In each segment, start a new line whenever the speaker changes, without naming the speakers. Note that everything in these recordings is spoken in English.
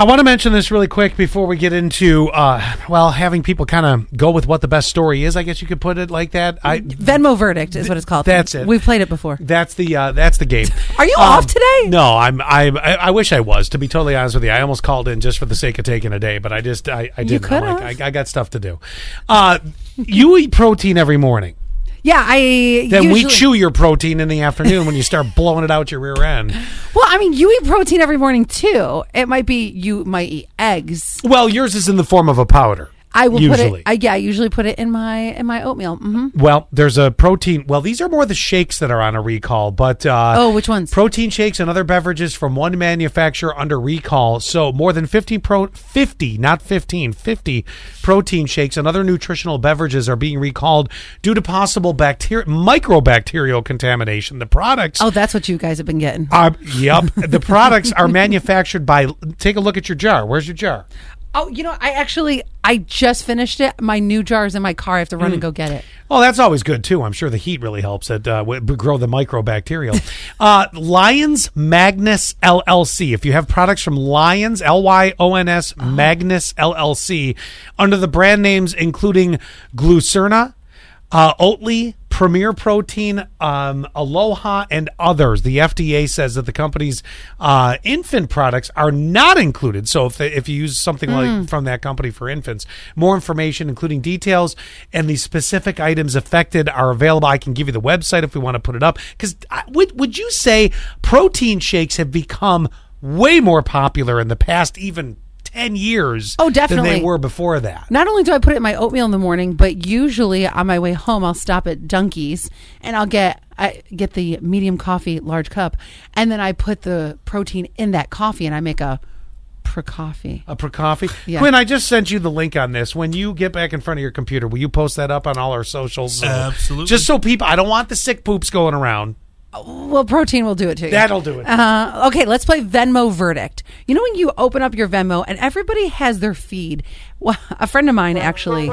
I want to mention this really quick before we get into, uh, well, having people kind of go with what the best story is. I guess you could put it like that. I
Venmo verdict is what it's called.
That's it.
We've played it before.
that's the uh, that's the game. Um,
Are you off today?
No, I'm. I'm. I, I wish I was. To be totally honest with you, I almost called in just for the sake of taking a day, but I just I, I didn't. I'm
could've.
like, I, I got stuff to do. Uh, you eat protein every morning.
Yeah, I.
Then we
usually-
chew your protein in the afternoon when you start blowing it out your rear end.
Well, I mean, you eat protein every morning too. It might be you might eat eggs.
Well, yours is in the form of a powder.
I will put
usually.
it. I, yeah, I usually put it in my in my oatmeal. hmm
Well, there's a protein. Well, these are more the shakes that are on a recall, but uh,
Oh, which ones?
Protein shakes and other beverages from one manufacturer under recall. So more than 50 pro 50, not 15, 50 protein shakes and other nutritional beverages are being recalled due to possible bacteria microbacterial contamination. The products
Oh, that's what you guys have been getting.
are yep, the products are manufactured by take a look at your jar. Where's your jar?
Oh, you know, I actually I just finished it. My new jar is in my car. I have to run and go get it.
Oh, that's always good too. I'm sure the heat really helps it uh, w- grow the microbacterial. uh, Lions Magnus LLC. If you have products from Lions L Y O N S Magnus LLC under the brand names including Glucerna, uh, Oatly, Premier Protein, um, Aloha, and others. The FDA says that the company's uh, infant products are not included. So if they, if you use something
Hmm.
like from that company for infants, more information, including details and the specific items affected, are available. I can give you the website if we want to put it up. Because would would you say protein shakes have become way more popular in the past even ten years?
Oh,
than
definitely.
they were before that.
Not only do I put it in my oatmeal in the morning, but usually on my way home, I'll stop at Dunkies and I'll get I get the medium coffee, large cup, and then I put the protein in that coffee and I make a per coffee.
Uh, per coffee.
Yeah.
Quinn, I just sent you the link on this. When you get back in front of your computer, will you post that up on all our socials? So-
Absolutely.
Just so people, I don't want the sick poops going around.
Well, protein will do it to you.
That'll do it.
Uh, okay, let's play Venmo verdict. You know when you open up your Venmo and everybody has their feed. Well, a friend of mine actually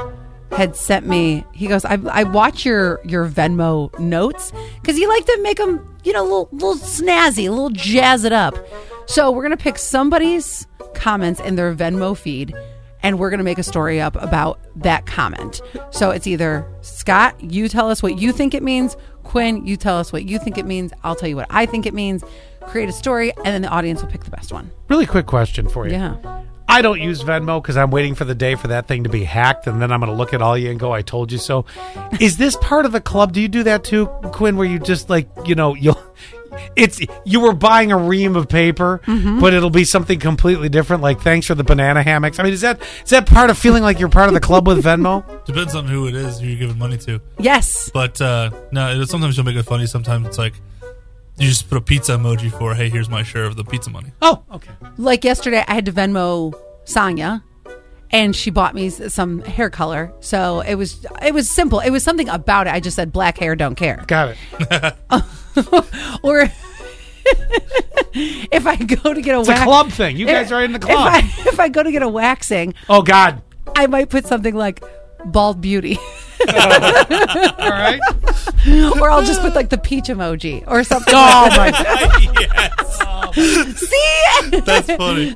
had sent me. He goes, "I, I watch your your Venmo notes because you like to make them, you know, a little little snazzy, a little jazz it up." So we're gonna pick somebody's comments in their Venmo feed, and we're gonna make a story up about that comment. So it's either Scott, you tell us what you think it means. Quinn, you tell us what you think it means. I'll tell you what I think it means. Create a story, and then the audience will pick the best one.
Really quick question for you.
Yeah.
I don't use Venmo because I'm waiting for the day for that thing to be hacked, and then I'm going to look at all you and go, "I told you so." Is this part of the club? Do you do that too, Quinn? Where you just like, you know, you'll. It's you were buying a ream of paper,
Mm-hmm.
but it'll be something completely different. Like thanks for the banana hammocks. I mean, is that is that part of feeling like you're part of the club with Venmo?
Depends on who it is who you're giving money to.
Yes.
But uh, no, it- sometimes you'll make it funny. Sometimes it's like you just put a pizza emoji for, hey, here's my share of the pizza money.
Oh, okay.
Like yesterday, I had to Venmo Sonya, and she bought me s- some hair color. So it was it was simple. It was something about it. I just said black hair, don't care.
Got it.
Or if I go to get a
a
wax,
club thing. You guys are in the club.
If I, if I go to get a waxing,
Oh God.
I might put something like bald beauty.
All right.
or I'll just put like the peach emoji or something.
Oh my.
yes.
See,
That's funny.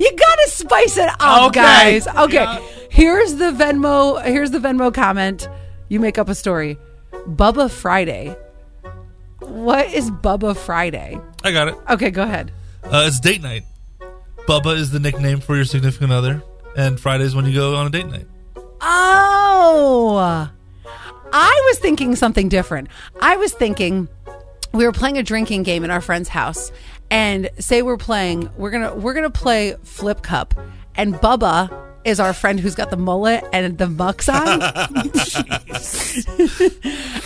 you gotta spice it up,
Okay.
guys. Okay,
Yeah.
here's the Venmo. Here's the Venmo comment. You make up a story. Bubba Friday. What is Bubba Friday?
I got it.
Okay, go ahead.
Uh, it's date night. Bubba is the nickname for your significant other, and Friday's when you go on a date night.
Oh, I was thinking something different. I was thinking we were playing a drinking game in our friend's house, and say we're playing, we're gonna we're gonna play flip cup, and Bubba is our friend who's got the mullet and the mucks on.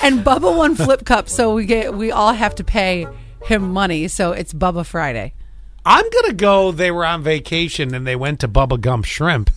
and Bubba won flip cup, so we get we all have to pay him money. So it's Bubba Friday.
I'm gonna go. They were on vacation and they went to Bubba Gump Shrimp,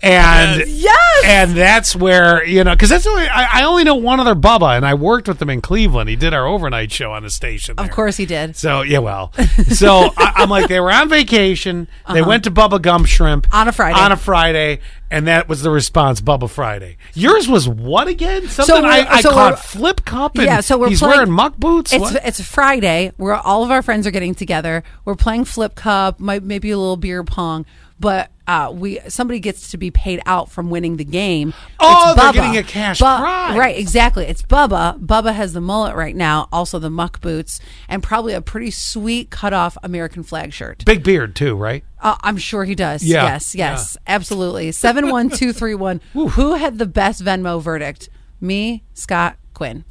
and
Yes!
and that's where you know because that's the only I, I only know one other Bubba, and I worked with him in Cleveland. He did our overnight show on the station.
Of
there.
course he did.
So yeah, well, so I, I'm like they were on vacation. They went to Bubba Gump Shrimp
Uh-huh. On a Friday.
On a Friday, And that was the response, Bubba Friday. Yours was what again? Something
we're-
I, I
so we're-
caught flip cup and
yeah, so we're
he's
playing,
wearing muck boots.
It's
What?
it's Friday. Where all of our friends are getting together. We're playing flip cup, might, maybe a little beer pong, but uh, we somebody gets to be paid out from winning the game.
Oh,
It's
they're
Bubba.
getting a cash prize.
Right, exactly. It's Bubba. Bubba has the mullet right now, also the muck boots, and probably a pretty sweet cut off American flag shirt.
Big beard too, right?
Uh, I'm sure he does.
Yeah.
Yes, yes, absolutely. 71231. Who had the best Venmo verdict? Me, Scott, Quinn.